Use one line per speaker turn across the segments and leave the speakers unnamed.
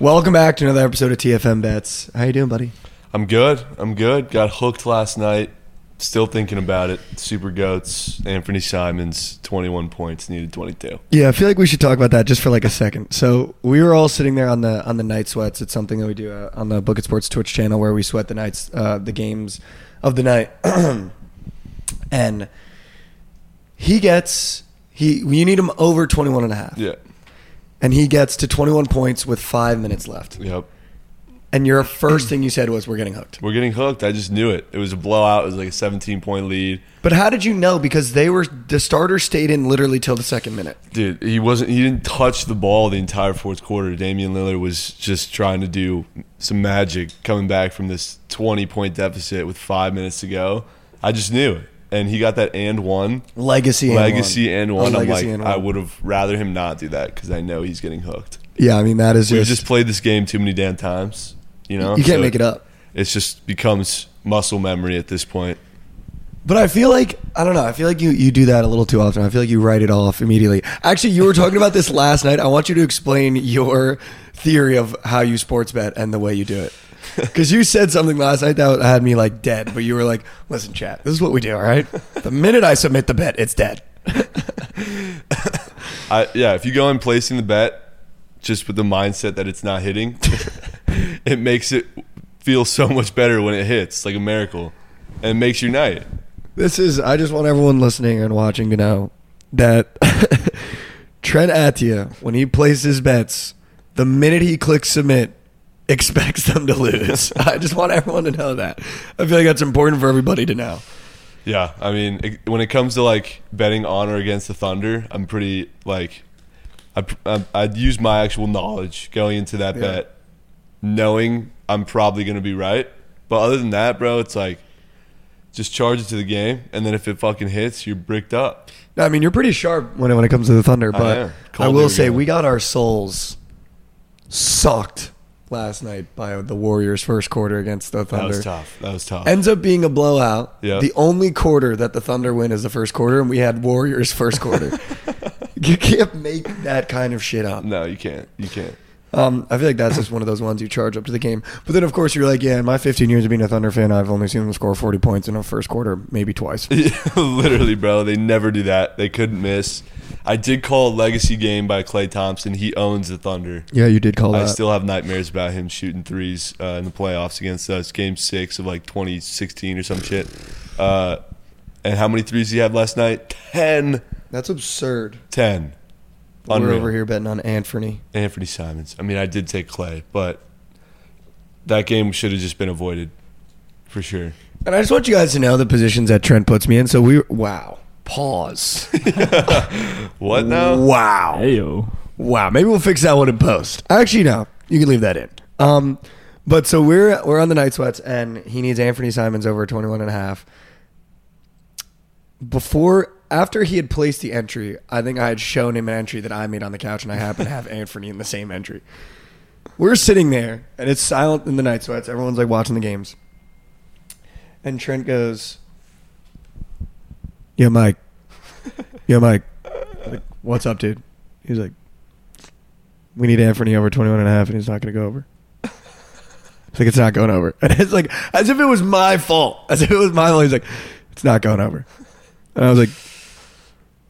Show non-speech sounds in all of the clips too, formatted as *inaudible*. Welcome back to another episode of TFM Bets. How you doing, buddy?
I'm good. I'm good. Got hooked last night. Still thinking about it. Super goats. Anthony Simons, 21 points. Needed 22.
Yeah, I feel like we should talk about that just for like a second. So we were all sitting there on the on the night sweats. It's something that we do uh, on the Book It Sports Twitch channel where we sweat the nights, uh, the games of the night, *clears throat* and he gets he. You need him over 21 and a half,
Yeah.
and he gets to 21 points with five minutes left.
Yep.
And your first thing you said was, "We're getting hooked."
We're getting hooked. I just knew it. It was a blowout. It was like a 17 point lead.
But how did you know? Because they were the starter stayed in literally till the second minute.
Dude, he wasn't. He didn't touch the ball the entire fourth quarter. Damian Lillard was just trying to do some magic coming back from this 20 point deficit with five minutes to go. I just knew it. And he got that and one.
Legacy, and
legacy
one.
and
Oh,
one. I'm
legacy
like,
and
I
one.
would have rather him not do that because I know he's getting hooked.
Yeah, I mean that is
We've
just,
just played this game too many damn times. You know,
you can't
So
make it up.
It's just becomes muscle memory at this point.
But I feel like I don't know. I feel like you you do that a little too often. I feel like you write it off immediately. Actually, you were talking about this last night. I want you to explain your theory of how you sports bet and the way you
*laughs*
do it. Because you said something last night that had me like dead. But you were like, "Listen, chat. This is what we do. All right. The minute I submit the bet, it's dead."
I yeah, if you go in placing the bet just with the mindset that it's not hitting, *laughs* it makes it feel so much better when it hits, like a miracle, and it makes your night.
This is. I just want everyone listening and watching to know that *laughs* Trent Attia, when he places bets, the minute he clicks submit, *laughs* expects them to lose. *laughs* I just want everyone to know that. I feel like that's important for everybody to know.
Yeah, I mean, it, when it comes to like betting on or against the Thunder, I'm pretty like, I, pr- I I'd use my actual knowledge going into that
Yeah.
bet, knowing I'm probably gonna be right. But other than that, bro, it's like, just charge it to the game, and then if it fucking hits, you're bricked up.
I mean, you're pretty sharp when it, when it comes to the Thunder,
am.
but I,
Cold
will
new
say
guy.
we got our souls sucked last night by the Warriors' first quarter against the
That
Thunder.
was tough. That was tough.
Ends up being a blowout.
Yeah.
The only quarter that the Thunder win is the first quarter, and we had Warriors first
*laughs*
quarter. you can't make that kind of shit up.
no, you can't. You can't. *laughs*
Um, I feel like that's just one of those ones you charge up to the game. But then, of course, you're like, yeah, in my 15 years of being a Thunder fan, I've only seen them score 40 points in a first quarter, maybe twice.
Literally, bro. They never do that. They couldn't miss. I did call a legacy game by Clay Thompson. He owns the Thunder.
Yeah, you did call
I
that.
still have nightmares about him shooting threes uh, in the playoffs against us, game six of like 2016 or some shit. Uh, and how many threes did he have last night? 10.
that's absurd.
10.
We're
Unreal.
over here betting on Anthony.
Anthony Simons. I mean, I did take Clay, but that game should have just been avoided for sure.
And I just want you guys to know the positions that Trent puts me in. So we, wow. Pause.
What now?
Wow.
Ayo.
Wow, maybe we'll fix that one in post. Actually, no, you can leave that in. Um, but so we're we're on the night sweats, and he needs Anthony Simons over 21 and a half. Before, after he had placed the entry, I think I had shown him an entry that I made on the couch, and I happen to have Anthony in the same entry. We're sitting there, and it's silent in the night sweats. Everyone's like watching the games, and Trent goes, "Yeah, Mike. Yeah, Mike. Like, what's up, dude?" He's like, we need Anthony over 21 and a half, and he's not going to go over. It's like, it's not going over. *laughs* And it's like, as if it was my fault. As if it was my fault. He's like, it's not going over. And I was like,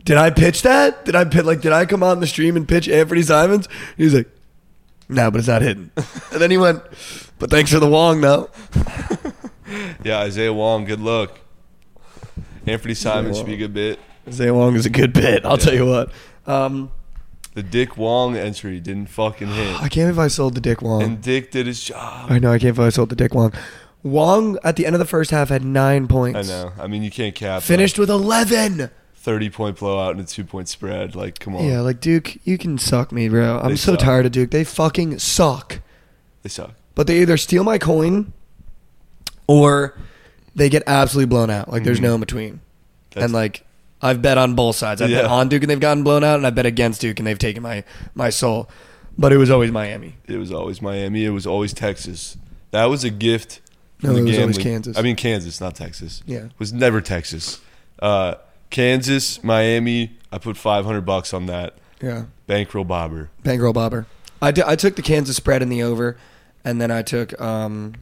did I pitch that? Did I pitch, like, did I come on the stream and pitch Anthony Simons? He's like, no, but it's not hidden. And then he went, but thanks for the Wong, though.
Yeah, Isaiah Wong, good luck. Anthony Simons should be a good bit.
Zay Wong is a good bit. I'll tell you what. Um,
The Dick Wong entry didn't fucking
*sighs*
hit.
I can't if I sold the Dick Wong.
And Dick did his job.
I know, I can't if I sold the Dick Wong. Wong, at the end of the first half, had nine points.
I know. I mean, you can't cap that.
Finished with 11.
30 point blowout and a two point spread. Like, come on.
Yeah, like Duke, you can suck me, bro. I'm
They
so
suck.
tired of Duke. They fucking suck.
They suck.
But they either steal my coin or they get absolutely blown out. Like there's no in between.
Mm-hmm. That's-
and like I've bet on both sides. I've bet
Yeah.
on Duke and they've gotten blown out, and I bet against Duke and they've taken my my soul. But it was always Miami.
It was always Miami. It was always Texas. That was a gift from
No,
the
it was always
gambling-
Kansas.
I mean, Kansas, not Texas.
Yeah.
was never Texas. Uh, Kansas, Miami. I put 500 bucks on that.
Yeah.
Bankroll Bobber.
Bankroll Bobber. I, t- I took the Kansas spread in the over, and then I took um,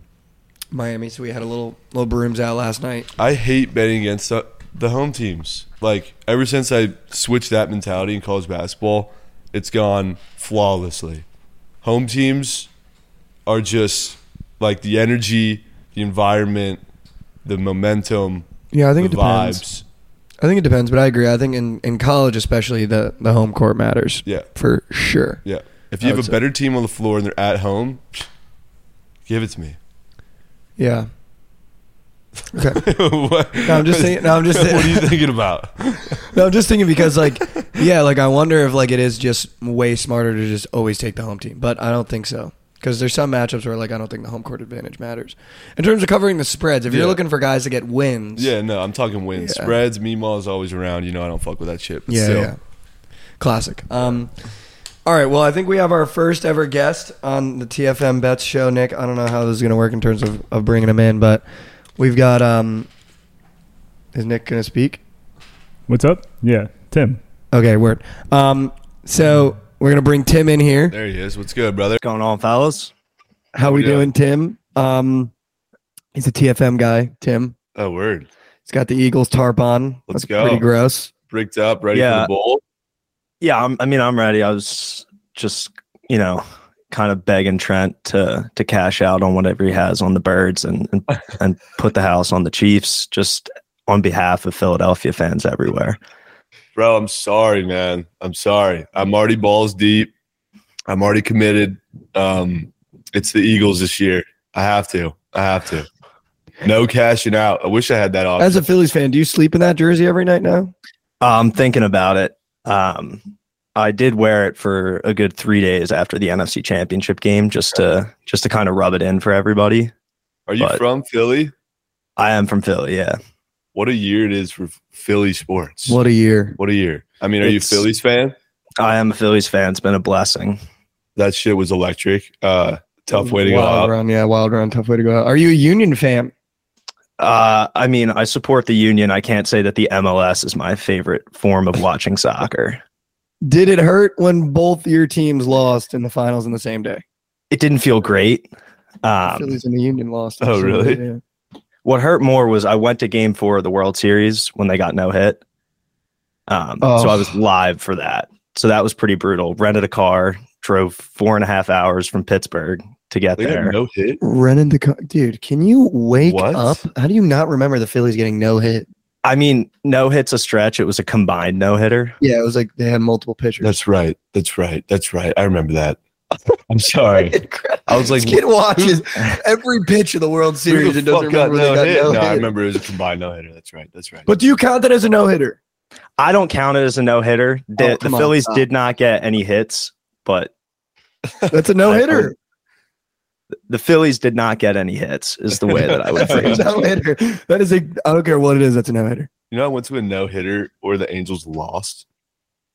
Miami. So we had a little little brooms out last night.
I hate betting against the, the home teams. Like ever since I switched that mentality in college basketball, it's gone flawlessly. Home teams are just like the energy, the environment, the momentum,
Yeah, I think
the
it depends.
vibes.
I think it depends, but I agree. I think in, in college, especially the the home court matters
Yeah,
for sure.
yeah. If
I
you have
would
a
say-
better team on the floor and they're at home, give it to me.
Yeah. Okay.
*laughs* What-
No, I'm just thinking- no, I'm
*laughs*
just
what are you
thinking-
thinking about?
No, I'm just thinking because like *laughs* yeah, like I wonder if like it is just way smarter to just always take the home team, but I don't think so. Because there's some matchups where like I don't think the home court advantage matters. In terms of covering the spreads, if you're
Yeah.
looking for guys to get wins,
Yeah, no, I'm talking wins.
Yeah.
Spreads, Meemaw is always around. You know, I don't fuck with that shit. But
yeah,
still.
yeah. classic. Um, all right, well I think we have our first ever guest on the TFM Bets show, Nick. I don't know how this is gonna work in terms of, of bringing him in, but we've got um, is Nick gonna speak?
What's up? Yeah, Tim.
Okay, word. Um, so we're gonna bring Tim in here.
There he is. What's good, brother?
going on, fellas?
How we
Yeah.
doing, Tim? Um, he's a TFM guy, Tim.
Oh, word.
He's got the Eagles tarp on.
Let's
That's Pretty
go.
gross.
Bricked up, ready for
Yeah.
the bowl.
Yeah, I'm, I mean, I'm ready. I was just, you know, kind of begging Trent to to cash out on whatever he has on the birds and and, and put the house on the Chiefs, just on behalf of Philadelphia fans everywhere.
Bro, I'm sorry, man. I'm sorry. I'm already balls deep. I'm already committed. Um, it's the Eagles this year. I have to. I have to. No cashing out. I wish I had that option.
As a Phillies fan, do you sleep in that jersey every night now?
I'm thinking about it. Um, I did wear it for a good three days after the NFC Championship game, just to just to kind of rub it in for everybody.
Are you
but-
from Philly?
I am from Philly, yeah.
What a year it is for Philly sports.
What a year!
What a year. I mean, are you a
It's-
Phillies fan?
I am a Phillies fan. It's been a blessing.
That shit was electric. Uh, tough way to go
wild
out.
Run, yeah, wild run. Tough way to go out. Are you a Union fan?
Uh, I mean, I support the union. I can't say that the MLS is my favorite form of watching soccer.
Did it hurt when both your teams lost in the finals in the same day?
It didn't feel great.
The
Um,
Phillies and the Union lost.
oh, really?
Yeah.
what hurt more was I went to game four of the World Series when they got no hit. Um,
Oh.
So I was live for that. So that was pretty brutal. Rented a car, drove four and a half hours from Pittsburgh to get
They got
there.
no hit.
Running the co- dude, can you wake
What?
up? How do you not remember the Phillies getting no hit?
I mean, no hits a stretch. It was a combined no hitter.
Yeah, it was like they had multiple pitchers.
That's right. That's right. That's right. I remember that. *laughs* I'm sorry. I was like,
This kid watches every pitch of the World Series and doesn't remember
no
when they
hit?
got
no,
no
I
hit.
remember it was a combined no hitter. That's right. That's right.
But do you count that as a no hitter?
I don't count it as a no hitter. The, the
Oh, come on,
Phillies
stop.
did not get any hits, but
That's
*laughs*
a no hitter.
the Phillies did not get any hits is the way that I would phrase
*laughs*
it.
no hitter. That is a. I don't care what it is. That's a no hitter.
you know, I went to a no hitter where the Angels lost.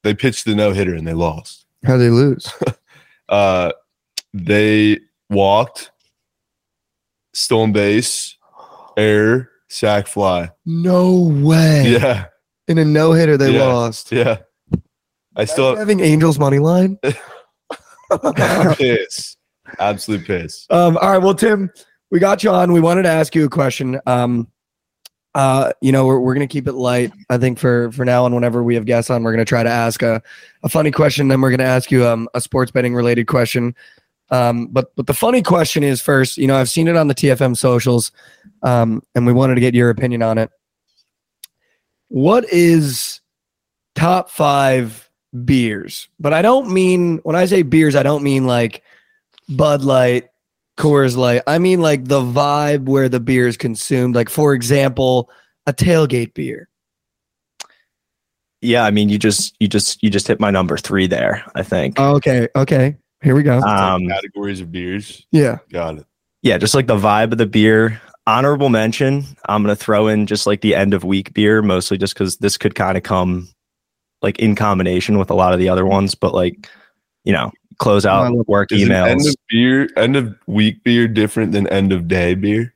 They pitched the no hitter and they lost.
How they lose?
Uh, they walked, stolen base, error, sack fly.
No way.
Yeah,
In a no hitter, they
Yeah.
lost.
yeah. I
Still
still
having Angels money
*laughs*
line. *laughs* um,
piss. Absolute piss.
all right. Well, Tim, we got you on. We wanted to ask you a question. Um, uh, you know, we're, we're gonna keep it light. I think for for now and whenever we have guests on, we're gonna try to ask a, a funny question. Then we're gonna ask you um, a sports betting related question. Um, but but the funny question is first. You know, I've seen it on the TFM socials, um, and we wanted to get your opinion on it. What is top five beers? But I don't mean when I say beers, I don't mean like Bud Light, Coors Light. I mean like the vibe where the beer is consumed. Like for example, a tailgate beer.
Yeah, I mean, you just you just you just hit my number three there. I think.
Oh,
Okay, okay. Here we go.
Um,
categories of beers.
yeah.
Got it.
yeah, just like the vibe of the beer. Honorable mention. I'm gonna throw in just like the end of week beer, mostly just because this could kind of come like in combination with a lot of the other ones, but like you know, close
I
out
love-
work
Is an end
emails.
of beer, end of week beer, different than end of day beer?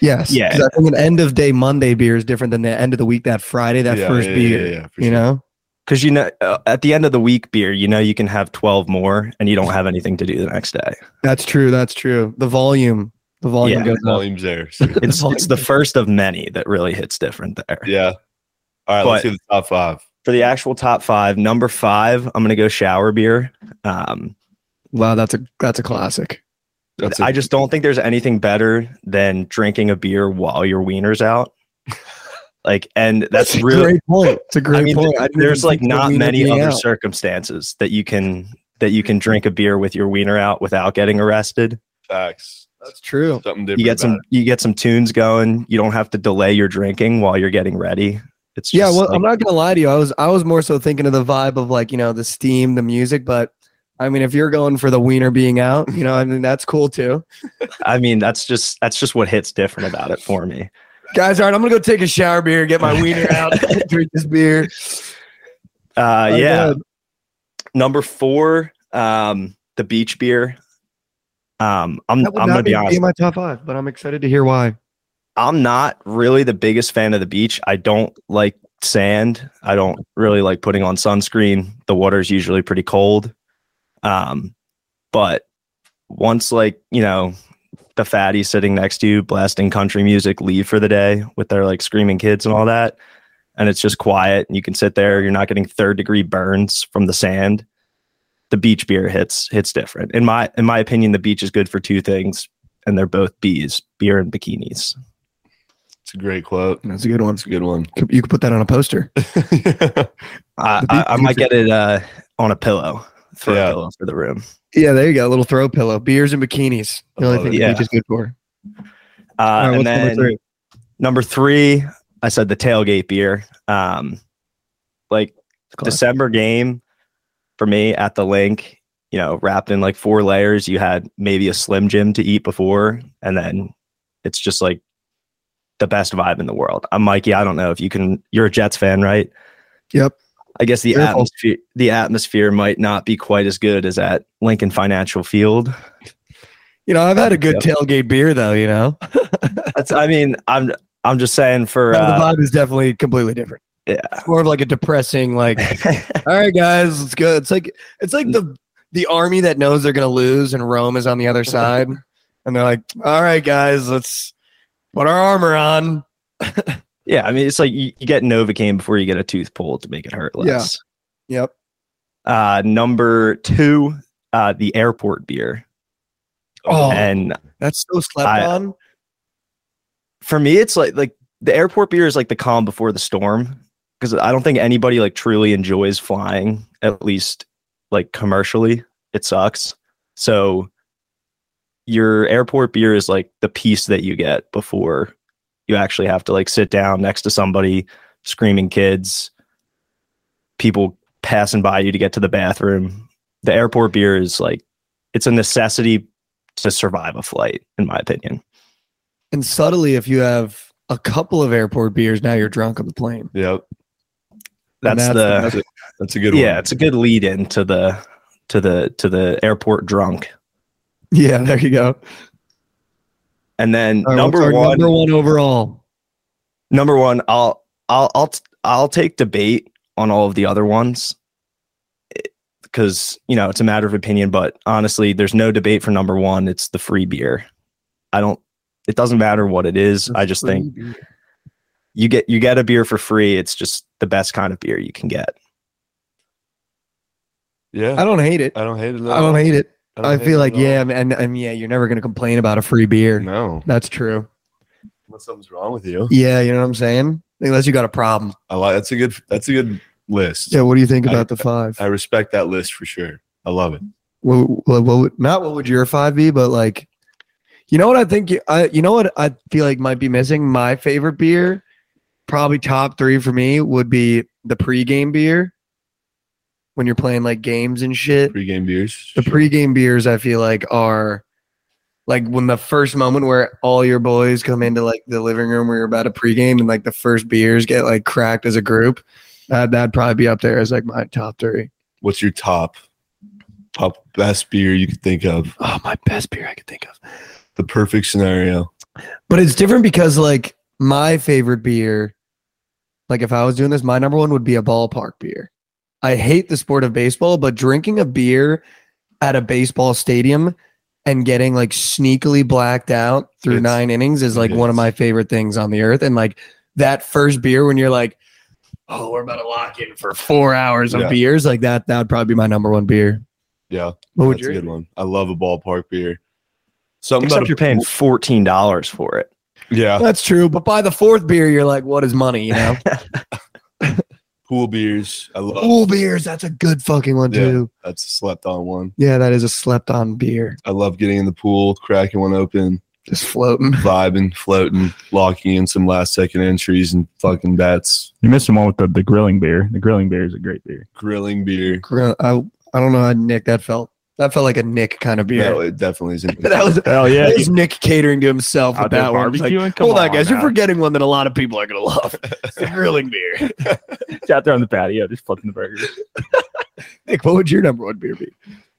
Yes.
Yeah.
'Cause I think an end of day Monday beer is different than the end of the week that Friday that
Yeah,
first
yeah, yeah,
beer.
yeah, yeah, for
you
sure.
know.
because you know uh, at the end of the week beer, you know you can have twelve more, and you don't have anything to do the next day.
That's true. That's true. The volume, the volume
Yeah.
goes up.
Volumes there. so-
It's it's the first of many that really hits different there.
yeah. All right, let's
But-
do the top five.
For the actual top five, number five, I'm gonna go shower beer. Um,
Wow, that's a that's a classic.
That's
I
it.
just don't think there's anything better than drinking a beer while your
*laughs*
wiener's out. like, and that's,
a
really
great point. It's a great
I mean,
point.
th-
I didn't
there's
even
like
think of
not
wiener
many
being
other
out.
circumstances that you can that you can drink a beer with your wiener out without getting arrested.
facts.
That's true.
Something different.
You get some
about
you get some tunes going. You don't have to delay your drinking while you're getting ready. It's
Yeah,
just
well,
like-
I'm not gonna lie to you. I was I was more so thinking of the vibe of like you know the steam, the music. But I mean, if you're going for the wiener being out, you know, I mean that's cool too.
I mean that's just that's just what hits different about it for me.
Guys, all right, I'm gonna go take a shower beer, get my wiener
*laughs*
out, *laughs* drink this beer.
Uh,
My
yeah,
God.
number four, um, the beach beer. Um, I'm
that would
I'm gonna
not
be
be,
honest.
in my top five, but I'm excited to hear why.
I'm not really the biggest fan of the beach. I don't like sand. I don't really like putting on sunscreen. The water is usually pretty cold. Um, but once like, you know, the fatty sitting next to you blasting country music leave for the day with their like screaming kids and all that, and it's just quiet and you can sit there, you're not getting third degree burns from the sand. The beach beer hits hits different. In my in my opinion, the beach is good for two things, and they're both bees, beer and bikinis.
it. It's a great quote.
That's a good one.
It's a
*laughs*
good one.
You could put that on a poster. *laughs*
I,
The
I,
beach
I
is
might get it uh, on a pillow. Throw
Yeah.
a pillow for the room.
Yeah, there you go. A little throw pillow, beers and bikinis. The only
Oh,
thing
yeah.
the beach is good for.
Uh,
All right,
and
what's
then
number three?
number three, I said the tailgate beer. Um, like December game for me at the link, you know, wrapped in like four layers. You had maybe a Slim Jim to eat before, and then it's just like the best vibe in the world. I'm Mikey. I don't know if you can. You're a Jets fan, right?
Yep.
I guess the
Careful.
atmosphere the atmosphere might not be quite as good as at Lincoln Financial Field.
You know, I've had a good
Yep.
tailgate beer though. You know,
That's, I mean, I'm I'm just saying for
*laughs*
uh,
the vibe is definitely completely different.
Yeah.
It's more of like a depressing, like,
uh,
all right, guys, let's go. It's like it's like the the army that knows they're gonna lose, and Rome is on the other side, and they're like, all right, guys, let's put our armor on.
*laughs* yeah, I mean, it's like you, you get Novocaine before you get a tooth pulled to make it hurt
Yeah.
less.
Yep.
Uh, number two, uh, the airport beer,
Oh,
and
that's so slept
I-
on.
for me, it's like like the airport beer is like the calm before the storm because I don't think anybody like truly enjoys flying, at least like commercially. It sucks. So your airport beer is like the peace that you get before you actually have to like sit down next to somebody screaming kids, people passing by you to get to the bathroom. The airport beer is like it's a necessity to survive a flight, in my opinion.
And subtly, if you have a couple of airport beers, now you're drunk on the plane.
yep.
And
That's, the
that's
That's a good
yeah,
one.
it's a good lead in to the to the to the airport drunk.
yeah. There you go.
And then
All right, what's
number
our
one,
number one overall.
number one, I'll I'll I'll t- I'll take debate on all of the other ones because you know it's a matter of opinion. But honestly, there's no debate for number one. It's the free beer. I don't. It doesn't matter what it is. I just think you get you get a beer for free. It's just the best kind of beer you can get.
I
yeah.
don't hate it.
I don't hate it. at
I
all.
don't hate it.
don't
I
hate
feel
it
like
at all.
yeah, and, and and yeah, you're never gonna complain about a free beer.
No.
That's true.
Unless something's wrong with you.
Yeah, you know what I'm saying. Unless you got a problem.
I like that's a good that's a good list.
Yeah. What do you think
I-
about the five?
I respect that list for sure. I love it.
what, what, what would, not what would your five be, but like, you know what I think? You, I you know what I feel like might be missing. My favorite beer, probably top three for me, would be the pregame beer. When you're playing like games and shit,
Pre game beers.
the pregame beers I feel like are like when the first moment where all your boys come into like the living room where you're about to pregame and like the first beers get like cracked as a group. That that'd probably be up there as like my top three.
What's your top top best beer you could think of?
Oh, my best beer I could think of.
The perfect scenario.
But it's different because like my favorite beer, like if I was doing this, my number one would be a ballpark beer. I hate the sport of baseball, but drinking a beer at a baseball stadium and getting like sneakily blacked out through
It's-
nine innings is like
it
one of
is.
my favorite things on the earth. And like that first beer when you're like, oh, we're about to lock in for four hours of
Yeah.
beers, like that, that would probably be my number one beer.
Yeah,
What would
that's a
you?
good one. I love a ballpark beer. Something
Except
about
you're paying fourteen dollars for it.
a,
Oh.
yeah,
That's true. But by the fourth beer, you're like, what is money? You
*laughs*
know?
pool beers. I love
Cool beers. That's a good fucking one,
Yeah.
too.
that's a slept on one.
Yeah, that is a slept on beer.
I love getting in the pool, cracking one open,
Just floating.
vibing, floating, locking in some last second entries and fucking bats,
You missed the one with the, the grilling beer. The grilling beer is a great beer.
grilling beer.
Gr- I, I don't know how Nick that felt. That felt like a Nick kind of *laughs* beer.
No, it definitely isn't.
that was
Hell yeah.
that was Nick catering to himself with
Out there
that one. It's like,
barbecuing? Come
Hold on,
on
guys.
now."
You're forgetting one that a lot of people are gonna
*laughs*
love. It's the grilling beer. *laughs*
It's out there on the patio, just flipping the burgers.
Nick, what would your number one beer be?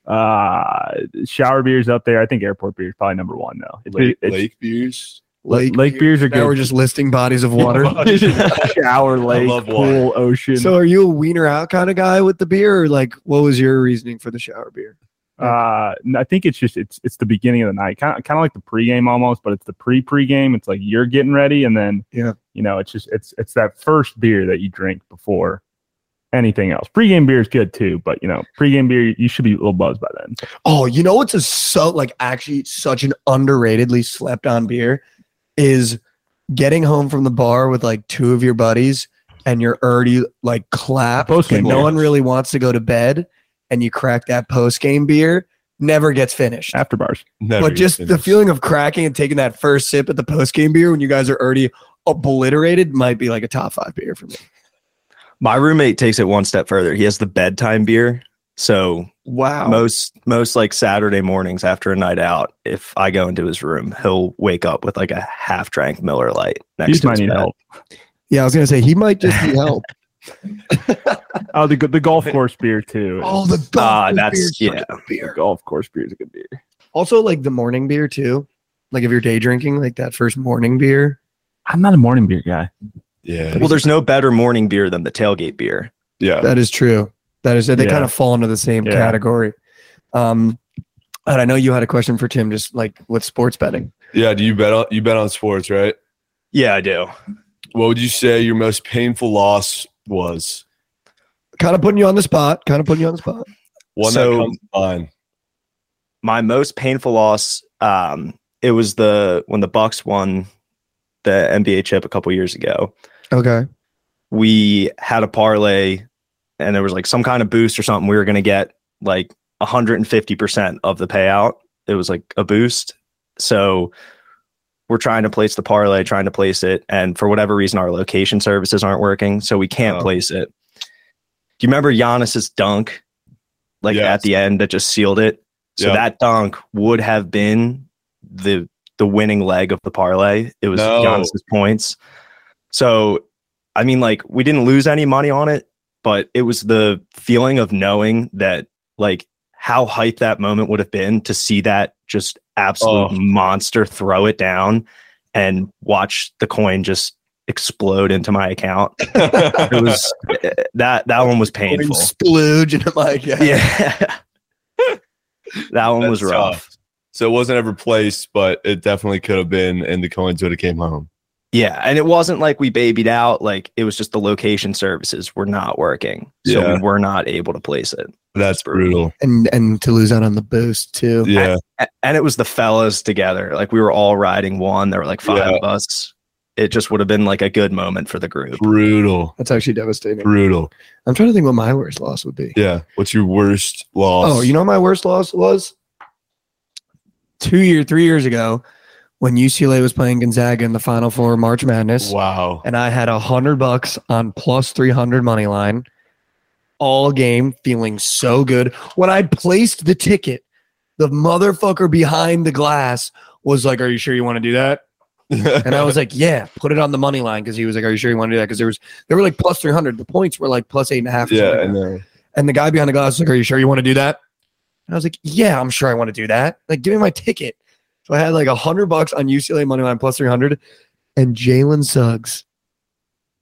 Uh, shower beers up there. I think airport beer is probably number one though. It-
lake,
it's-
lake beers.
Lake beers are
Now
good.
we're just listing bodies of water.
*laughs* shower, lake,
love water.
pool, ocean.
so, are you a wiener out kind of guy with the beer, or like, what was your reasoning for the shower beer?
Uh, n- I think it's just it's it's the beginning of the night, kind of kind of like the pregame almost, but it's the pre pregame. It's like you're getting ready, and then
Yeah.
you know, it's just it's it's that first beer that you drink before anything else. Pregame beer is good too, but you know, pregame beer you should be a little buzzed by then.
Oh, you know what's a so like actually such an underratedly slept on beer is getting home from the bar with like two of your buddies and you're already like clapped
Post-game
and no
beer.
one really wants to go to bed and you crack that post game beer never gets finished.
After bars,
Never
but just the
finished.
feeling of cracking and taking that first sip at the post game beer when you guys are already obliterated might be like a top five beer for me.
My roommate takes it one step further. He has the bedtime beer. So
Wow.
most most like Saturday mornings after a night out, if I go into his room, he'll wake up with like a half drank Miller Light next
you
to
might
his
need
bed.
help.
yeah, I was gonna say he might just need
*laughs*
help.
Oh, the
*laughs*
the golf course beer too.
oh, the
Ah,
golf
that's-
beer's such
yeah.
a good beer.
golf course beer is a good beer.
Also, like the morning beer too. Like if you're day drinking, like that first morning beer.
I'm not a morning beer guy.
yeah,
Well, there's no better morning beer than the tailgate beer.
yeah.
That is true. That is. They
Yeah.
kind of fall into the same
Yeah.
category. Um, and I know you had a question for Tim, just like with sports betting.
Yeah, do you bet on you bet on sports, right?
Yeah, I do.
What would you say your most painful loss was?
Kind of putting you on the spot. Kind of putting you on the spot.
One
So-
that comes to mind.
My most painful loss, um, it was the when the Bucks won the NBA chip a couple years ago.
Okay.
we had a parlay and there was like some kind of boost or something we were going to get like 150% of the payout it was like a boost so we're trying to place the parlay trying to place it and for whatever reason our location services aren't working so we can't
Oh.
place it do you remember Giannis's dunk like
Yes.
at the end that just sealed it so
Yeah.
that dunk would have been the the winning leg of the parlay it was
No.
Giannis's points so I mean, like we didn't lose any money on it, but it was the feeling of knowing that, like, how hyped that moment would have been to see that just absolute
Oh.
monster throw it down and watch the coin just explode into my account. It was that that one was painful. *laughs*
Splooge, and I'm like, yeah.
*laughs*
Yeah, that one was
That's
rough.
tough. *laughs* so it wasn't ever placed, but it definitely could have been, and the coins would have came home.
Yeah, and it wasn't like we babied out. Like it was just the location services were not working, so
Yeah.
we were not able to place it.
That's brutal.
And and to lose out on the boost too.
Yeah,
A- and it was the fellas together. Like we were all riding one. There were like five
Yeah.
of us. It just would have been like a good moment for the group.
brutal,
That's actually devastating.
brutal.
I'm trying to think what my worst loss would be.
Yeah. What's your worst loss?
Oh, you know what my worst loss was two year, three years ago when UCLA was playing Gonzaga in the Final Four of March Madness,
Wow.
and I had a hundred bucks on plus three hundred money line all game, feeling so good. When I placed the ticket, the motherfucker behind the glass was like, "Are you sure you want to do that?" And
*laughs*
I was like, "Yeah, put it on the money line," because he was like, "Are you sure you want to do that?" Because there was there were like plus three hundred. The points were like plus eight and a half. or something
yeah,
like
I
that.
know.
And the guy behind the glass was like, Are you sure you want to do that? And I was like, Yeah, I'm sure I want to do that. Like, give me my ticket. So I had like a hundred bucks on UCLA money line plus 300 and Jalen Suggs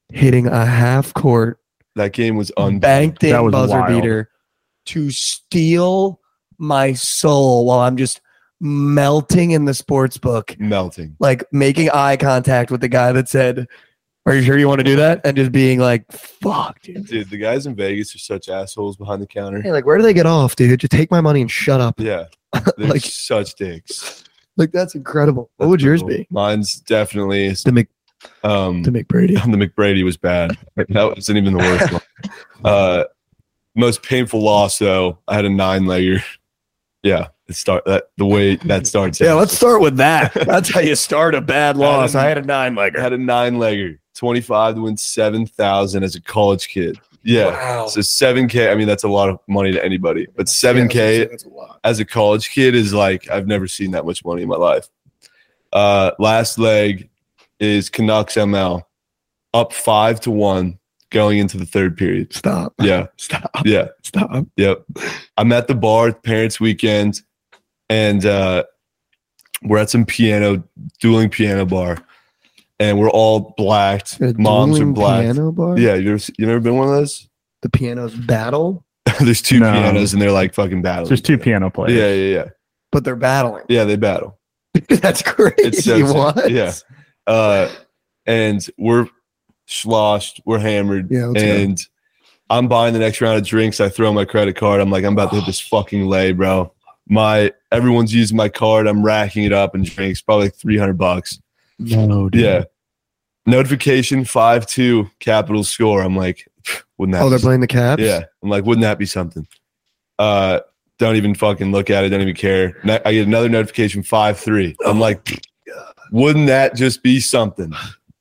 hitting a half court
That game was un.
banked
That
in
was
buzzer
wild.
beater to steal my soul while I'm just melting in the sports book,
melting.
like making eye contact with the guy that said, Are you sure you want to do that? And just being like, Fuck, dude.
Dude, the guys in Vegas are such assholes behind the counter.
Hey, like, where do they get off, dude? Just take my money and shut up.
Yeah.
*laughs*
They're
Like-
such dicks.
Like, that's incredible. What would yours be?
Mine's definitely
To Mc,
um
to McBrady.
*laughs* the McBrady was bad. That wasn't even the
*laughs*
worst one. Uh, most painful loss though. I had a nine legger. Yeah, it start that the way that starts.
Yeah, let's start with that. *laughs* That's how you start a bad loss. I had a nine
I
legger.
had a nine legger, twenty five to win seven thousand as a college kid. Yeah,
Wow.
so seven k. I mean, that's a lot of money to anybody, but seven
Yeah,
k
that's a lot.
as a college kid is like I've never seen that much money in my life. Uh, last leg is Canucks ML, up five to one going into the third period.
Stop.
Yeah,
Stop.
yeah,
Stop.
yep. I'm at the bar, parents' weekend, and uh, we're at some piano dueling piano bar, and we're all blacked. Moms are
Dueling
blacked.
Piano bar?
Yeah, you ever you never been one of those? *laughs*
The pianos battle,
There's two
No.
pianos, and they're like fucking battling.
There's two
each other.
piano players. *laughs*
Yeah, yeah, yeah,
but they're battling.
yeah. They battle.
*laughs* That's crazy.
It's so sick.
what?
Yeah. uh, and we're sloshed, we're hammered,
Yeah, let's go.
and I'm buying the next round of drinks. I throw my credit card. I'm like, I'm about to hit this fucking lay, bro. My everyone's using my card. I'm racking it up and drinks, probably like 300 bucks.
No,
Yeah. Notification five two capital score. I'm like, *sighs* wouldn't that?
Oh,
be
they're playing the Caps?
yeah. I'm like, wouldn't that be something? Uh, don't even fucking look at it. Don't even care. Ne- I get another notification, five three. I'm like, wouldn't that just be something?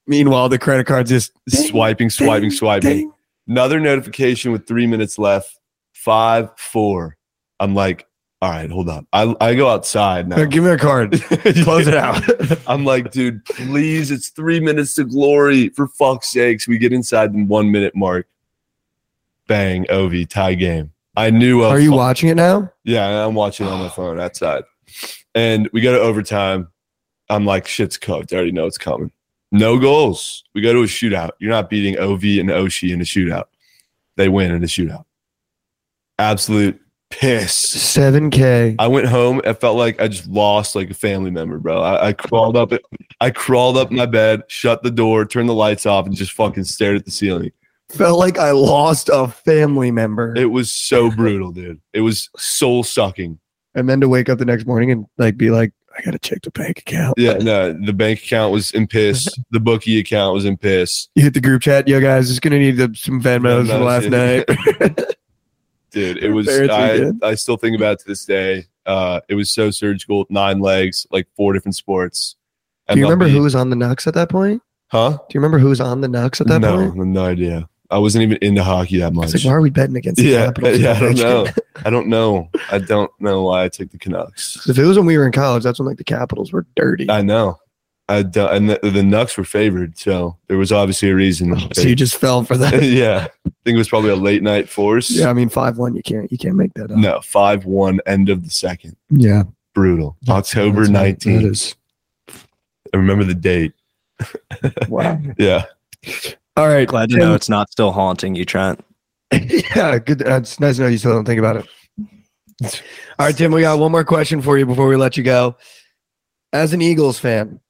Meanwhile, the credit card's just
swiping, swiping, swiping.
ding.
Another notification with three minutes left, five four. I'm like, all right, hold up. I I go outside
*laughs*
now.
Here, give me a card. Close it out.
I'm like, dude, please, it's three minutes to glory. For fuck's sakes, we get inside the one minute mark. Bang, Ovi, tie game. I knew. I
Are
was
you
fucked
watching it now?
yeah, I'm watching on my phone outside. And we go to overtime. I'm like, shit's cooked. I already know it's coming. No goals. We go to a shootout. You're not beating OV and Oshi in a shootout. They win in a shootout. Absolute piss.
7K.
I went home. I felt like I just lost like a family member, bro. I, I crawled up. I crawled up my bed, shut the door, turned the lights off, and just fucking stared at the ceiling.
Felt like I lost a family member.
It was so brutal, dude. It was soul sucking.
and then to wake up the next morning and like be like, I gotta check the bank account.
Yeah, no, the bank account was
*laughs*
in piss. The bookie account was in piss.
You hit the group chat, yo guys, just gonna need the, some Venmos from
Venmos,
last
*laughs* yeah.
night.
Dude, it was
Parents
I,
weekend.
I still think about it to this day. Uh it was so surgical, nine legs, like four different sports.
Do you remember
MLB.
who was on the Nux at that point?
Huh?
Do you remember who was on the Nux at that
no,
point?
no idea. I wasn't even into hockey that
It's
much.
like, why are we betting against the
*laughs* yeah,
Capitals?
yeah, I don't know.
*laughs*
I don't know. I don't know why I took the Canucks.
If it was when we were in college, that's when like the Capitals were dirty.
I know. I don't, and the, the Nucks were favored, so there was obviously a reason.
Oh, so you just fell for that.
*laughs* yeah, I think it was probably a late night force.
yeah, I mean five one. You can't you can't make that up.
No, five one, end of the second.
Yeah.
Brutal. October
That's right. That
nineteenth.
is-
I remember the date.
Wow.
Yeah.
All right.
Glad to know it's not still haunting you, Trent.
yeah. Good. uh, It's nice to know you still don't think about it. All right, Tim. We got one more question for you before we let you go. As an Eagles fan,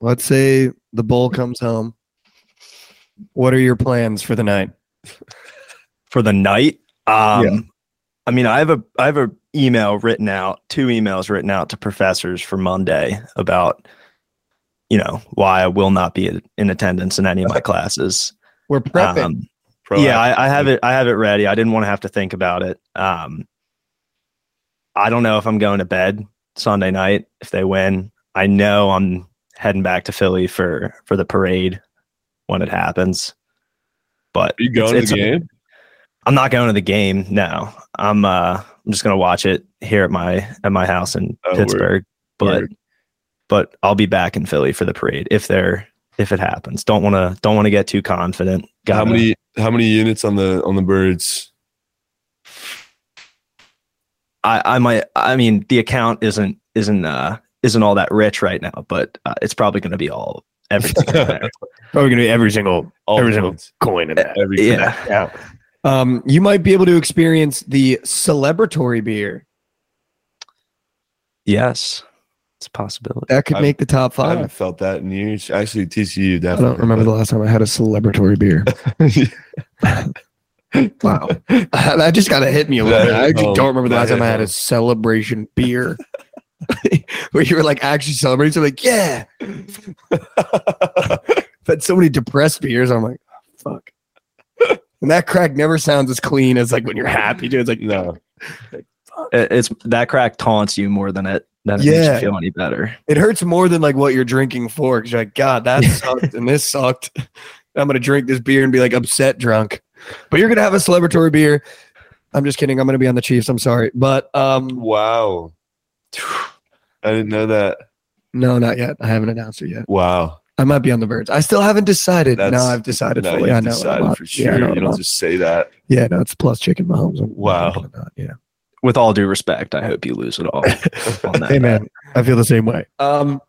let's say the bowl comes home. What are your plans for the night?
For the night, um,
Yeah.
I mean, I have a I have a email written out, two emails written out to professors for Monday about, you know, why I will not be in attendance in any
*laughs*
of my classes.
We're prepping.
Um, yeah, I, I have it. I have it ready. I didn't want to have to think about it. Um, I don't know if I'm going to bed Sunday night if they win. I know I'm heading back to Philly for for the parade when it happens. But
Are you going
it's-
to the
it's-
game?
I'm not going to the game. No, I'm. Uh, I'm just gonna watch it here at my at my house in
Oh, word.
Pittsburgh. But
Word.
but I'll be back in Philly for the parade if they're if it happens. Don't want to don't want to get too confident.
How
Gotta-
many how many units on the on the birds?
I, I might I mean the account isn't isn't uh isn't all that rich right now, but uh, it's probably going to be all
*laughs*
every single player.
Probably gonna be every single
All
every
the
single
ones.
coin in that.
Every
yeah.
Yeah. Um, you might be able to experience the celebratory beer.
Yes. It's a possibility.
That could
I-
make the top
I
five.
haven't felt that in years. Actually, TCU
I
definitely.
don't remember the last time I had a celebratory beer.
*laughs*
*laughs* Wow. that just kind of hit me a little bit. I actually
Oh,
don't remember the last
that
time I had a
hit
celebration beer *laughs* where you were like actually celebrating. So, like, yeah. *laughs* I've had so many depressed beers. I'm like, oh, fuck. And that crack never sounds as clean as like when you're happy, dude. It's like,
No.
It, it's that crack taunts you more than it than it makes
Yeah.
you feel any better.
it hurts more than like what you're drinking for because you're like, God, that sucked and this sucked. I'm gonna drink this beer and be like upset drunk. But you're gonna have a celebratory beer. I'm just kidding. I'm gonna be on the Chiefs. I'm sorry, but um,
Wow. I didn't know that.
no, not yet. I haven't announced it yet.
Wow.
I might be on the birds. I still haven't decided.
That's-
no, I've decided
No,
fully.
you
I know. I'm
decided
not-
for
Yeah, I
sure.
know
you
I'm
don't
not-
just say that.
yeah, no, it's plus chicken Mahomes. I'm-
Wow.
I'm not, yeah.
With all due respect, I hope you lose it
*laughs*
all. on that.
Hey man, I feel the same way. Um,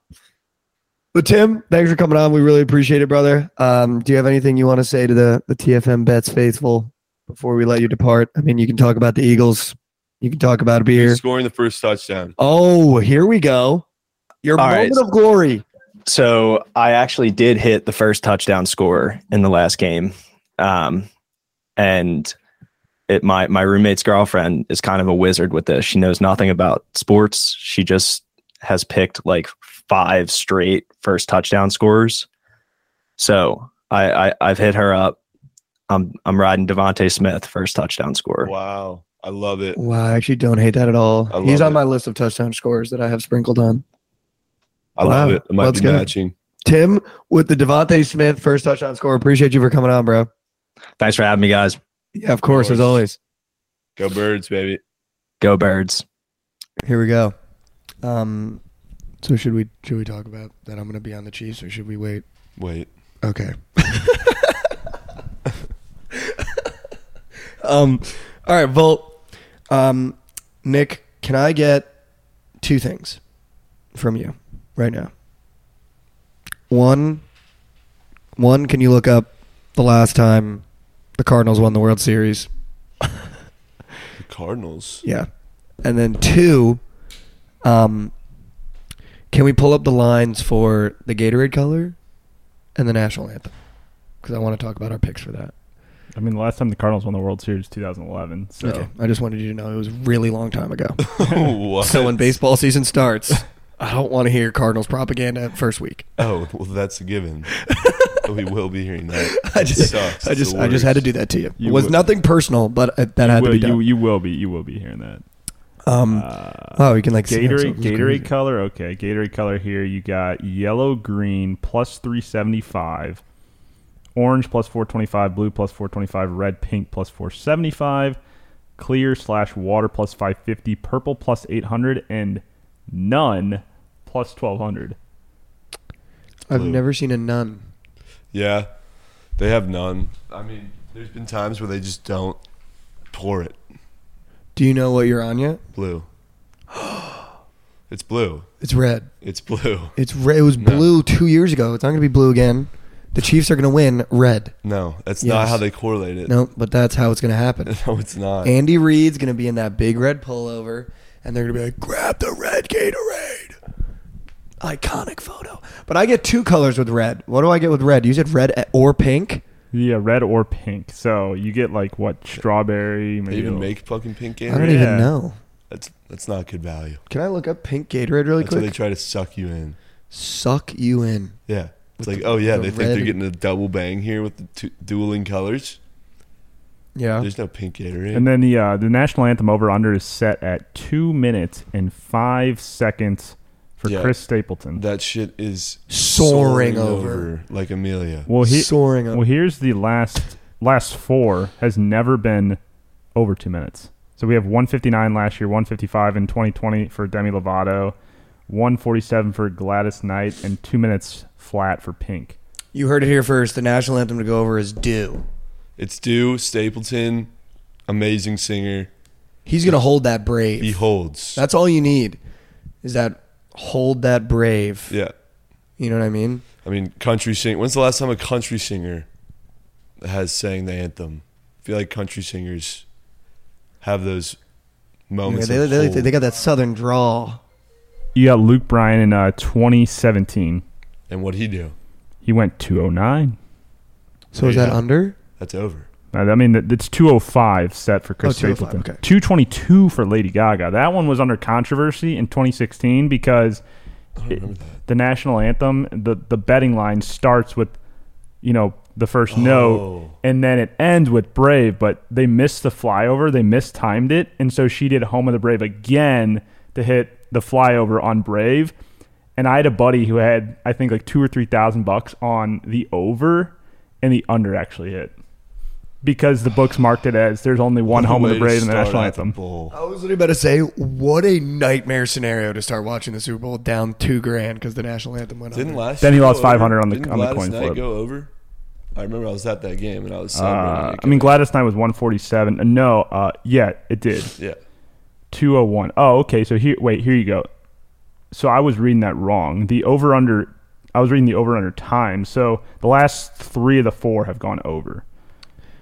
but Tim, thanks for coming on. We really appreciate it, brother. Um, do you have anything you want to say to the the TFM bets faithful before we let you depart? I mean, you can talk about the Eagles. You can talk about a beer.
Scoring the first touchdown.
Oh, here we go. Your
All right.
moment of glory.
So I actually did hit the first touchdown score in the last game, um, and it my my roommate's girlfriend is kind of a wizard with this. She knows nothing about sports. She just has picked like five straight first touchdown scores. So I, I I've hit her up. I'm I'm riding Devonte Smith first touchdown score.
Wow. I love it.
Wow, I actually don't hate that at all.
I love
He's on
it.
my list of touchdown scores that I have sprinkled on.
I love
Wow.
it. I might
Let's
be
go.
matching.
Tim with the Devontae Smith first touchdown score. Appreciate you for coming on, bro.
Thanks for having me, guys.
Yeah, of course, as
course.
always.
Go birds, baby.
Go Birds.
Here we go. Um, so should we should we talk about that? I'm going to be on the Chiefs, or should we wait?
Wait.
Okay. *laughs* um, all right, Volt. Um, Nick, can I get two things from you right now? One, one. Can you look up the last time the Cardinals won the World Series?
The Cardinals.
Yeah. And then two, um, can we pull up the lines for the Gatorade color and the national anthem? Because I want to talk about our picks for that.
I mean, the last time the Cardinals won the World Series, 2011. So
Okay. I just wanted you to know it was a really long time ago.
*laughs* What?
so when baseball season starts, *laughs* I don't want to hear Cardinals propaganda first week.
Oh, well, that's a
*laughs*
given. we will be hearing that.
I
It
just,
sucks.
I
It's
just,
the
I just had to
worst.
do that to you.
You
it was
would-
nothing personal, but uh, that
you
had
will,
to be
you,
done.
you will be you will be hearing that.
um,
Uh,
wow, you can like see
Gatorade,
yourself. It's crazy.
Gatorade color. Okay, Gatorade color here. You got yellow, green plus three seventy five, orange plus four twenty five, blue plus four twenty five, red, pink plus four seventy five, clear slash water plus five fifty, purple plus eight hundred, and none plus twelve hundred.
I've
blue.
never seen a nun.
Yeah. They have none. I mean, there's been times where they just don't pour it
Do you know what you're on yet? *gasps*
blue. it's blue.
It's red.
It's blue.
It's red. It was blue two years ago. It's not going to be blue again. The Chiefs are going to win red.
No, that's
Yes.
not how they correlate it.
No, but that's how it's going to happen.
*laughs* No, it's not.
Andy Reid's going to be in that big red pullover, and they're going to be like, grab the red Gatorade. Iconic photo. But I get two colors with red. What do I get with red? You said red or pink?
Yeah, red or pink. So you get like what strawberry?
they
Maybe a
even
little-
make fucking pink
I don't
Gatorade.
even
Yeah.
know.
That's that's not good value.
Can I look up pink Gatorade really
That's how
quick?
they try to suck you in.
Suck you in.
Yeah. It's
With
like,
the-
oh yeah,
the
they think they're
red-
getting a double bang here with the two, dueling colors.
Yeah.
There's no pink Gatorade.
And then the uh, the national anthem over under is set at two minutes and five seconds for
Yeah.
Chris Stapleton.
that shit is
Soaring over.
like Amelia.
well, he,
Soaring up.
well, here's the last last four has never been over two minutes. So we have 159 last year, 155 in 2020 for Demi Lovato, 147 for Gladys Knight, and two minutes flat for Pink.
You heard it here first. The national anthem to go over is due.
It's Dew Stapleton, amazing singer.
He's going to hold that brave.
He holds.
That's all you need is that hold that brave.
yeah.
You know what I mean?
I mean, country sing. When's the last time a country singer has sang the anthem? I feel like country singers have those
Yeah,
moments.
they,
of
they,
hold.
they got that southern drawl.
You got Luke Bryan in uh, 2017.
and what he do?
He went 209.
So is that
Yeah.
under?
That's over.
Uh, I mean, that- that's 205 set for Chris
Oh, 205,
Stapleton.
okay.
222 for Lady Gaga. That one was under controversy in 2016 because it- the national anthem, the, the betting line starts with, you know, the first note,
Oh.
and then it ends with Brave, but they missed the flyover. They mistimed it. And so she did Home of the Brave again to hit the flyover on Brave. And I had a buddy who had, I think, like two or 3,000 bucks on the over, and the under actually hit because the books marked it as there's only one home
Way
of
to
the brave in the
start
national
out the
anthem.
bowl.
I was literally about to say, what a nightmare scenario to start watching the Super Bowl down two grand because the national anthem went
Didn't
under.
last.
Then he
year go
lost
over?
500 on the-
Didn't
on the
Gladys
coin
Knight
flip.
Go over. I remember I was at that game and I was.
Uh,
celebrating.
I mean, Gladys Knight was 147. Uh, No, uh, yeah, it did.
yeah.
201. Oh, okay. So here, wait, here you go. So I was reading that wrong. The over under, I was reading the over under time. So the last three of the four have gone over.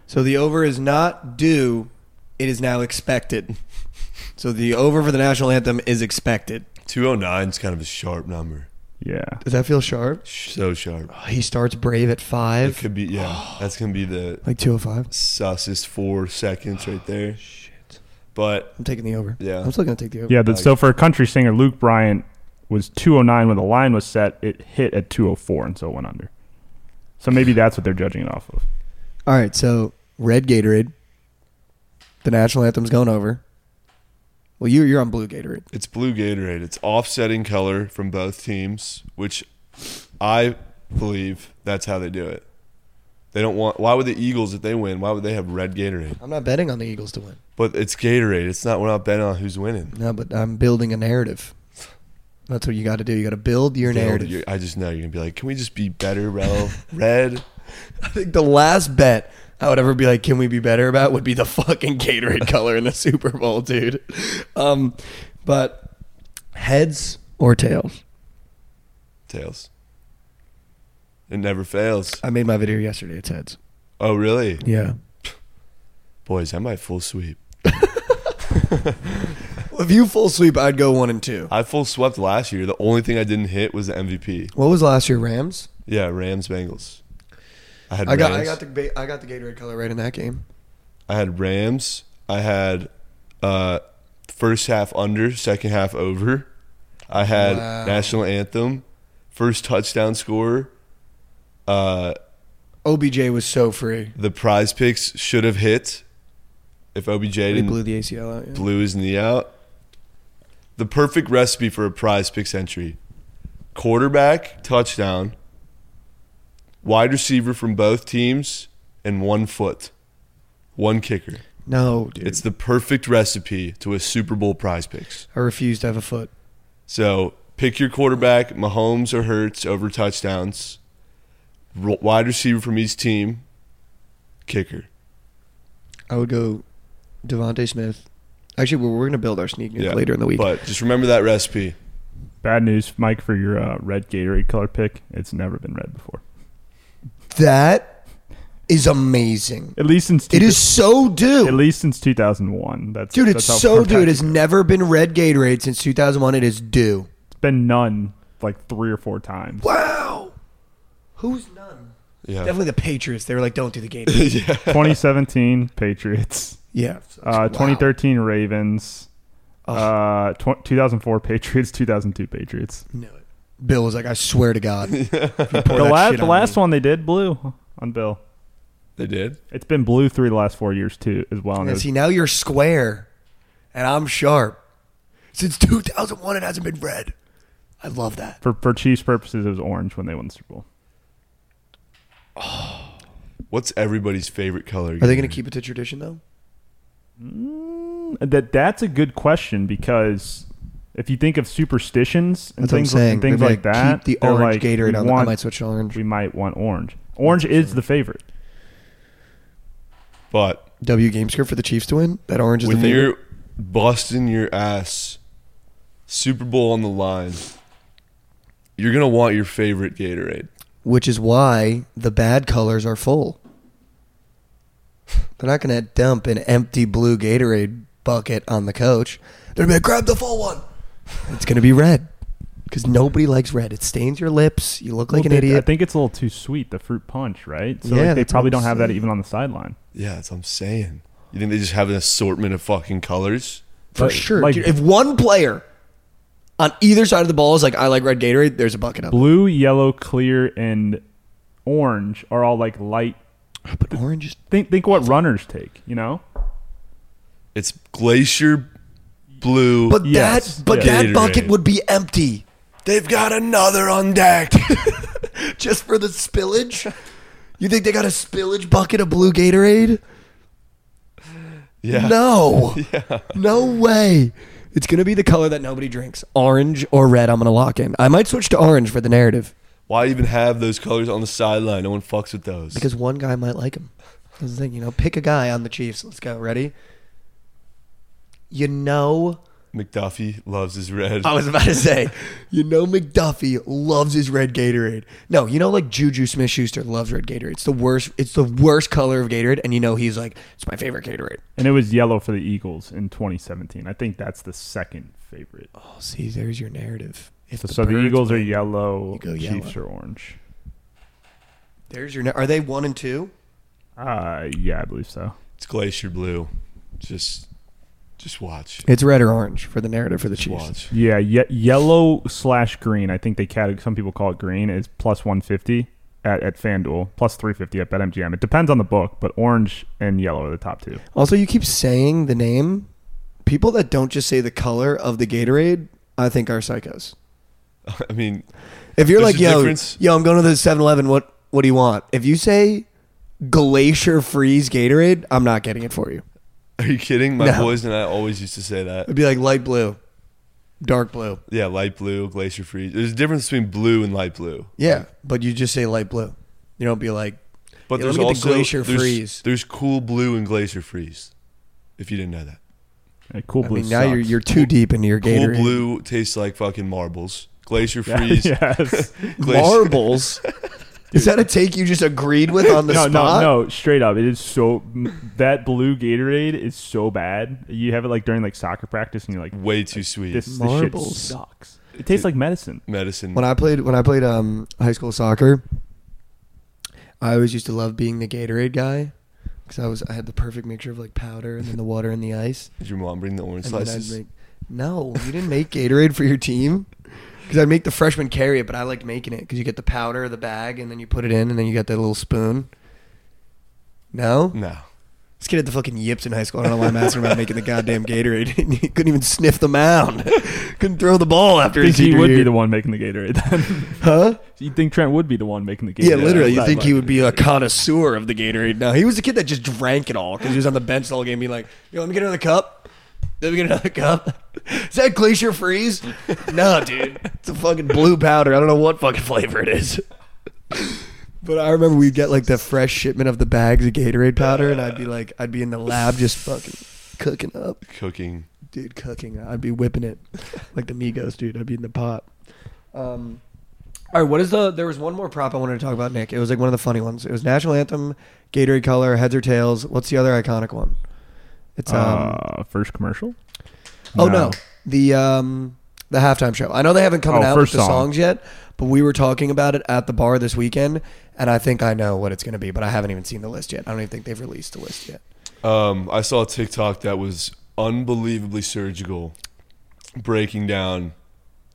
So the over is not due; it is now
*laughs*
expected. so the over for the national anthem is expected.
209 is kind of a sharp number.
Yeah.
Does that feel sharp?
So sharp.
He starts brave at
It
five,
could be, yeah. That's going to be the
like two oh five.
sussest four seconds right there. Shit. But
I'm taking the over.
Yeah.
I'm still gonna take the over.
Yeah. But, so for a country singer, Luke Bryant was 209 when the line was set. It hit at 204, and so it went under. So maybe that's what they're judging it off of.
All right, so red Gatorade. The national anthem's going over. Well, you you're on blue Gatorade.
it's blue Gatorade. It's offsetting color from both teams, which I believe that's how they do it. They don't want, why would the Eagles, if they win, why would they have red Gatorade?
I'm not betting on the Eagles to win.
But it's Gatorade. It's not, we're not betting on who's winning.
No, but I'm building a narrative. That's what you got to do. You got to build your
Dale,
narrative.
you're- I just know you're going to be like, can we just be better, Rel? *laughs* red.
I think the last bet I would ever be like, can we be better about would be the fucking Gatorade *laughs* color in the Super Bowl, dude. Um, but heads or tails?
Tails. It never fails.
I made my video yesterday. It's heads.
Oh, really?
Yeah.
Boys, I might full sweep.
If you full sweep, I'd go one and two.
I full swept last year. The only thing I didn't hit was the MVP.
What was last year? Rams.
Yeah, Rams Bengals. I had
I got
Rams.
I got the ba- I got the Gatorade color right in that game.
I had Rams. I had uh, first half under, second half over. I had
Wow.
national anthem, first touchdown scorer. Uh,
OBJ was so free.
the prize picks should have hit if OBJ
He
didn't
blew
blew.
the ACL out. yeah.
his knee out. The perfect recipe for a prize picks entry: quarterback, touchdown, wide receiver from both teams, and one foot, one kicker.
No, dude.
It's the perfect recipe to a Super Bowl prize picks.
I refuse to have a foot.
So pick your quarterback, Mahomes or Hurts over touchdowns, ro- wide receiver from each team, kicker.
I would go Devonte Smith. Actually, we're, we're going to build our sneak news later in the week.
But just remember that recipe.
Bad news, Mike, for your uh, red Gatorade color pick. It's never been red before.
that is amazing.
At least since
It is so
At
due.
least since 2001. That's
Dude, it's
that's how
so
far
due.
back
It has never been red Gatorade since 2001. It is due.
It's been none like three or four times.
Wow. Who's none?
Yeah.
Definitely the Patriots. They were like, don't do the Gatorade.
*laughs* 2017
*laughs*
Patriots,
yeah.
uh, 2013 Ravens, uh, tw- 2004 Patriots, *laughs* 2002 Patriots.
Knew it. Bill was like, I swear to
*laughs*
God.
The, la- the last one they did blue on Bill.
They did?
It's been blue three of the last four years too, as well. And
Yeah,
it was-
see, now you're square, and I'm sharp. Since 2001, it hasn't been red. I love that.
for for Chiefs purposes, it was orange when they won the Super Bowl.
What's everybody's favorite color?
Are they going to keep it to tradition though?
That that's a good question because if you think of superstitions and things and things like that,
Keep the
they're
orange
like, we
Gatorade on. I
want-
might switch to orange.
we might want orange. Orange is the favorite.
But
W game script for the Chiefs to win. That orange is the
when
favorite.
you're busting your ass, Super Bowl on the line, you're going to want your favorite Gatorade.
which is why the bad colors are full. They're not going to dump an empty blue Gatorade bucket on the coach. They're going to grab the full one. It's going to be red because nobody likes red. It stains your lips. You look like an
Well, they- I
idiot.
think it's a little too sweet, the fruit punch, right? So
Yeah,
like, they
that's what
probably
I'm
don't have that
saying.
even on the sideline.
Yeah, that's what I'm saying. You think they just have an assortment of fucking colors?
For
Like-
sure.
like-
dude. if one player on either side of the ball is like, I like red Gatorade, there's a bucket up.
Blue, yellow, clear, and orange are all like light.
But orange is
Think think what runners take, you know?
It's glacier blue.
But
Yes.
that but
Yeah.
that bucket
Gatorade.
would be empty.
they've got another on deck.
*laughs* Just for the spillage? You think they got a spillage bucket of blue Gatorade?
yeah.
No. No way. It's going to be the color that nobody drinks. Orange or red, I'm going to lock in. I might switch to orange for the narrative
Why even have those colors on the sideline? No one fucks with those.
because one guy might like him. That's the thing, you know, pick a guy on the Chiefs. Let's go. Ready? You know,
McDuffie loves his red.
*laughs* I was about to say, you know, McDuffie loves his red Gatorade. No, you know, like Juju Smith Schuster loves red Gatorade. It's the worst. It's the worst color of Gatorade, and you know he's like, it's my favorite Gatorade.
And it was yellow for the Eagles in 2017. I think that's the second favorite.
Oh, see, there's your narrative. If
So the, Eagles are yellow,
you go
Chiefs
yellow.
are orange.
There's your. na- Are they one and two?
Uh, yeah, I believe so.
It's glacier blue. Just, just watch.
It's red or orange for the narrative for the
Just
Chiefs.
watch. *laughs*
Yeah, ye- yellow slash green. I think they cat- some people call it green is plus 150 at, at FanDuel, plus 350 at BetMGM. It depends on the book, but orange and yellow are the top two.
Also, you keep saying the name. People that don't just say the color of the Gatorade, I think are psychos.
I mean,
If you're
There's
like,
a
yo,
difference.
yo, I'm going to the 7-Eleven. What, what do you want? If you say glacier freeze Gatorade, I'm not getting it for you.
are you kidding? My
No.
boys and I always used to say that.
It'd be like light blue, dark blue.
Yeah, light blue, glacier freeze. There's a difference between blue and light blue.
Yeah, but you just say light blue. You don't be like,
But
Yeah, let me
there's
get the
also
glacier
there's,
freeze.
There's cool blue and glacier freeze. If you didn't know that,
Uh, cool
I
blue.
mean, now you're,
sucks.
you're too deep into your Gatorade. *laughs*
cool blue tastes like fucking marbles. Glacier
Yeah,
freeze.
yes.
*laughs*
*laughs* glacier-
Marbles? Is that a take you just agreed with *laughs* on the
no,
spot?
no, no. Straight up, it is so that blue Gatorade is so bad. You have it like during like soccer practice, and you're like,
Way too sweet.
this, this shit
Marbles.
sucks. It tastes like medicine.
Medicine.
When I played when I played um, high school soccer, I always used to love being the Gatorade guy because I was I had the perfect mixture of like powder and then the water and the ice.
Did your mom bring the orange
And then I'd
slices?
make- no, you didn't make Gatorade for your team. *laughs* Because I'd make the freshmen carry it, but I liked making it because you get the powder, the bag, and then you put it in, and then you got that little spoon. No,
no.
this kid had the fucking yips in high school. I don't know why I'm asking about making the goddamn Gatorade. *laughs* he couldn't even sniff the mound. *laughs* couldn't throw the ball after his
he
senior
would be
year.
the one making the Gatorade. Then *laughs*
huh?
you think Trent would be the one making the Gatorade?
Yeah, literally. You
Right,
think
right.
he would be a connoisseur of the Gatorade? No, he was the kid that just drank it all because he was on the bench the whole game, being like, "Yo, let me get another cup. Let me get another cup." *laughs* Is that Glacier *laughs* Freeze? no, dude, it's a fucking blue powder. I don't know what fucking flavor it is. *laughs* But I remember we'd get like the fresh shipment of the bags of Gatorade powder, and I'd be like, I'd be in the lab just fucking cooking up,
Cooking.
dude, cooking. I'd be whipping *laughs* it like the Migos, dude. I'd be in the pot. Um, all right, what is the? There was one more prop I wanted to talk about, Nick. It was like one of the funny ones. It was national anthem, Gatorade color, heads or tails. What's the other iconic one? It's um.
uh, first commercial.
oh no, the um the halftime show. I know they haven't come
Oh,
out with
first
the
song.
songs yet, but we were talking about it at the bar this weekend, and I think I know what it's going to be, but I haven't even seen the list yet. I don't even think they've released the list yet.
Um, I saw a TikTok that was unbelievably surgical, breaking down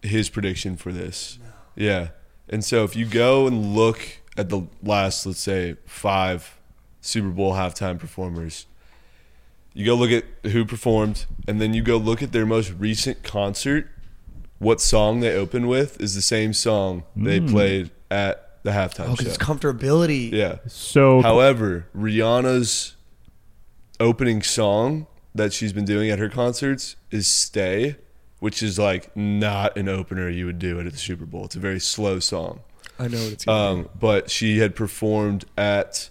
his prediction for this. Yeah, and so if you go and look at the last, let's say five Super Bowl halftime performers, you go look at who performed, and then you go look at their most recent concert. What song they opened with is the same song they played at the halftime
Hmm. Oh, 'cause it's
show.
comfortability.
Yeah.
So
However, Rihanna's opening song that she's been doing at her concerts is Stay, which is like not an opener you would do at the Super Bowl. It's a very slow song.
I know what it's. gonna
Um, but she had performed at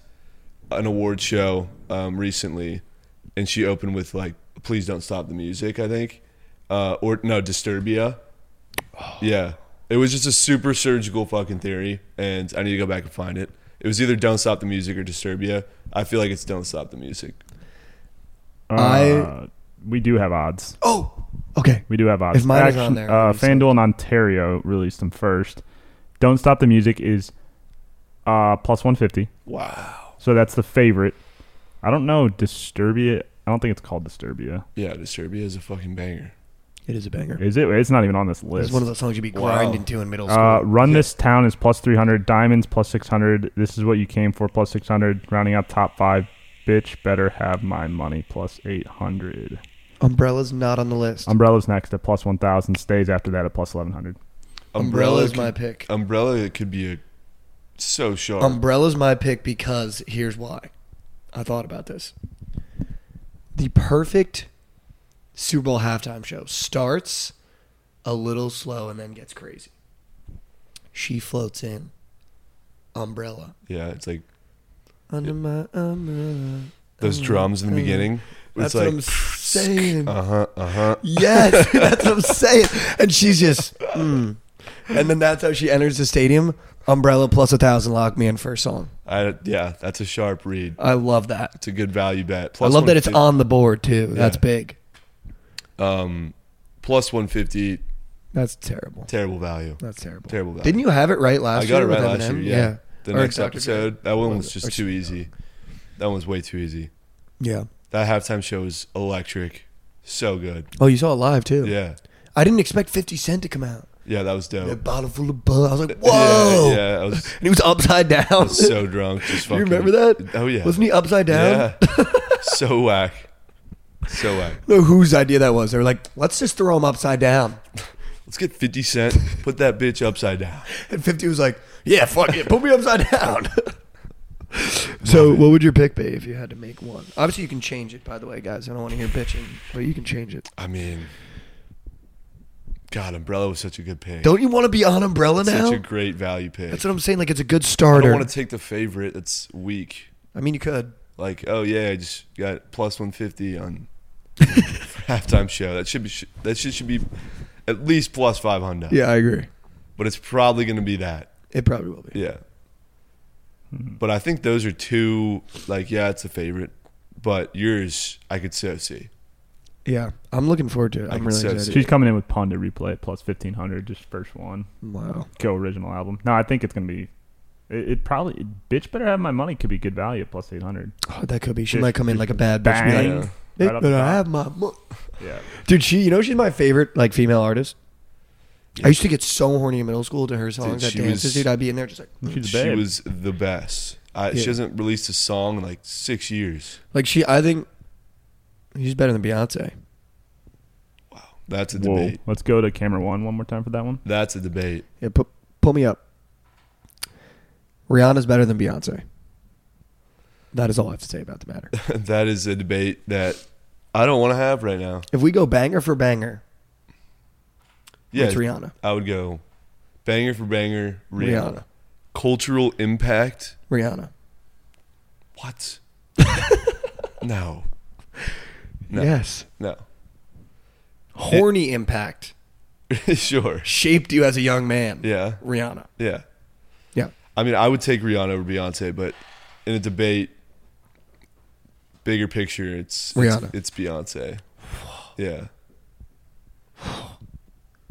an award show um, recently, and she opened with like
Oh.
"Please Don't Stop the Music," I think, uh, or no, "Disturbia." Yeah, It was just a super surgical fucking theory, and I need to go back and find it. It was either "Don't Stop the Music" or "Disturbia." I feel like it's "Don't Stop the Music."
Uh,
I-
we do have odds.
Oh, okay.
We do have odds.
If mine is on there,
uh,
I'm sorry.
FanDuel in Ontario released them first. Don't Stop the Music is uh, plus 150.
Wow.
So that's the favorite. I don't know. Disturbia. I don't think it's called Disturbia.
Yeah, "Disturbia" is a fucking banger.
It is a banger.
Is it? It's not even on this list.
It's one of those songs you'd be
Wow.
grinding to in middle school.
Uh, Run This Town is plus 300. Diamonds plus 600. This is what you came for plus 600. Rounding out top five. Bitch better have my money plus 800.
Umbrella's not on the list.
Umbrella's next at plus 1000. Stays after that at plus 1100.
Umbrella is
could-
my pick.
Umbrella could be a so sharp.
Umbrella's my pick because here's why. I thought about this. The perfect Super Bowl halftime show starts a little slow and then gets crazy. She floats in. Umbrella.
yeah, it's like
Under my umbrella.
those drums in the beginning.
um, uh, That's
It's
what
like
I'm saying.
uh huh, uh huh. *laughs*
Yes, that's what I'm saying. And she's just, mm. and then that's how she enters the stadium. Umbrella plus a thousand, lock me in first song.
I yeah, that's a sharp read.
I love that.
It's a good value bet.
I love that it's
150
on the board too. That's big.
Um, plus one fifty,
That's terrible.
terrible value.
That's terrible.
Terrible value.
Didn't you have it right last
I got
year?
it right
with
last year.
Eminem?
Yeah. The
Or
next
Dr.
episode, that one was
Or
just too easy. That one was way too easy.
Yeah. Yeah.
That halftime show was electric, so good.
Oh, you saw it live too.
Yeah,
I didn't expect 50 Cent to come out.
yeah, that was
A
dope.
bottle full of bug. I was like, whoa.
Yeah, yeah I was
And he was upside down.
so drunk. Just
*laughs* you
fucking,
remember that?
Oh yeah,
Wasn't he upside down? *laughs*
Yeah, so whack, so whack.
know whose idea that was. They were like, let's just throw him upside down. *laughs*
Let's get Fifty Cent. Put that bitch upside down.
And 50 was like, yeah, fuck it. Put me upside down. *laughs* so, what would your pick be if you had to make one? Obviously, you can change it, by the way, guys. I don't want to hear bitching, but you can change it.
I mean, God, Umbrella was such a good pick.
Don't you want to be on Umbrella now?
such a great value pick.
That's what I'm saying. Like, it's a good
I
starter.
don't
I,
want to take the favorite that's weak.
mean, you could.
Like, oh yeah, I just got plus one fifty on *laughs* halftime show. That should be sh- that shit should be at least plus five hundred.
I agree.
but it's probably gonna be that.
It probably will be.
Yeah,
Hmm.
but I think those are two. Like, yeah, it's a favorite, but yours I could so see.
Yeah. I'm looking forward to it.
I
I'm
can
really
so
excited.
see.
She's coming in with Pond to replay at plus 1500. Just first one.
Wow.
Go original album. No, I think it's going to be. It, it probably. Bitch better have my money could be good value at plus 800.
Oh, that could be. She
Just-
might come in like a bad bitch. and be
Bang.
Like,
Yeah.
"Hey,
Right off
but
the
I
bat.
have my. mo-"
Yeah.
Dude, she, you know, she's my favorite, like, female artist. I used to get so horny in middle school to her songs
Dude,
at
she
dances,
was-
dude. I'd be in there just like,
She's a
She
babe.
was the best. I,
Yeah.
She hasn't released a song in like six years.
like she. I think she's better than Beyonce.
That's a
Whoa.
debate.
Let's go to camera one one more time for that one.
That's a debate. *laughs*
Yeah, pu- pull me up. Rihanna's better than Beyonce. That is all I have to say about the *laughs* matter.
that is a debate that I don't want to have right now.
if we go banger for banger,
Yeah,
it's Rihanna.
I would go banger for banger, Rihanna.
Rihanna.
Cultural impact.
Rihanna.
What? *laughs* no. No.
Yes.
No. *laughs*
Horny impact
sure.
shaped you as a young man.
Yeah.
Rihanna.
Yeah.
Yeah.
I mean, I would take Rihanna over Beyonce, but in a debate, bigger picture, it's it's-
Rihanna.
It's, Beyonce. Yeah.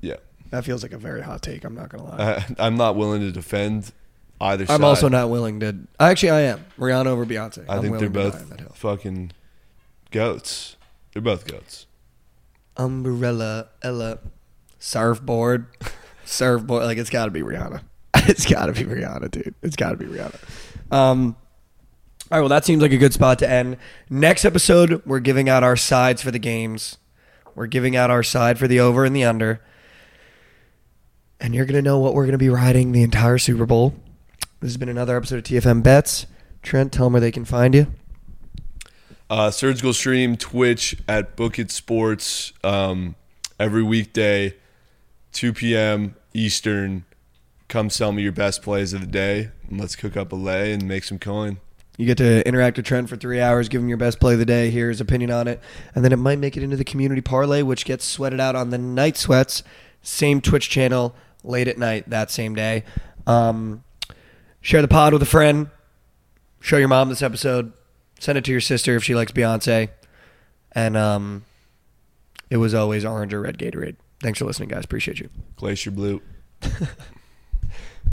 Yeah.
That feels like a very hot take. I'm not gonna lie.
I, *laughs* I'm not willing to defend either side.
I'm also not willing to. Actually, I am Rihanna over Beyonce.
I
I'm
think they're
willing to die on that hill.
both fucking goats. They're both goats.
umbrella, Ella,
*laughs*
surfboard, surfboard. Like it's got to be Rihanna. *laughs* It's got to be Rihanna, dude. It's got to be Rihanna. Um, all right. Well, that seems like a good spot to end. Next episode, we're giving out our sides for the games. We're giving out our side for the over and the under. And you're gonna know what we're gonna be riding the entire Super Bowl. This has been another episode of TFM Bets. Trent, tell them where they can find you.
Uh, surgical stream Twitch at Book It Sports um, every weekday, 2 p.m. Eastern. Come sell me your best plays of the day, and let's cook up a lay and make some coin.
You get to interact with Trent for three hours, give him your best play of the day, hear his opinion on it, and then it might make it into the community parlay, which gets sweated out on the night sweats. Same Twitch channel, late at night that same day. Um, share the pod with a friend. Show your mom this episode. Send it to your sister if she likes Beyonce. And um, it was always orange or red Gatorade. Thanks for listening, guys. Appreciate you.
Glacier Blue.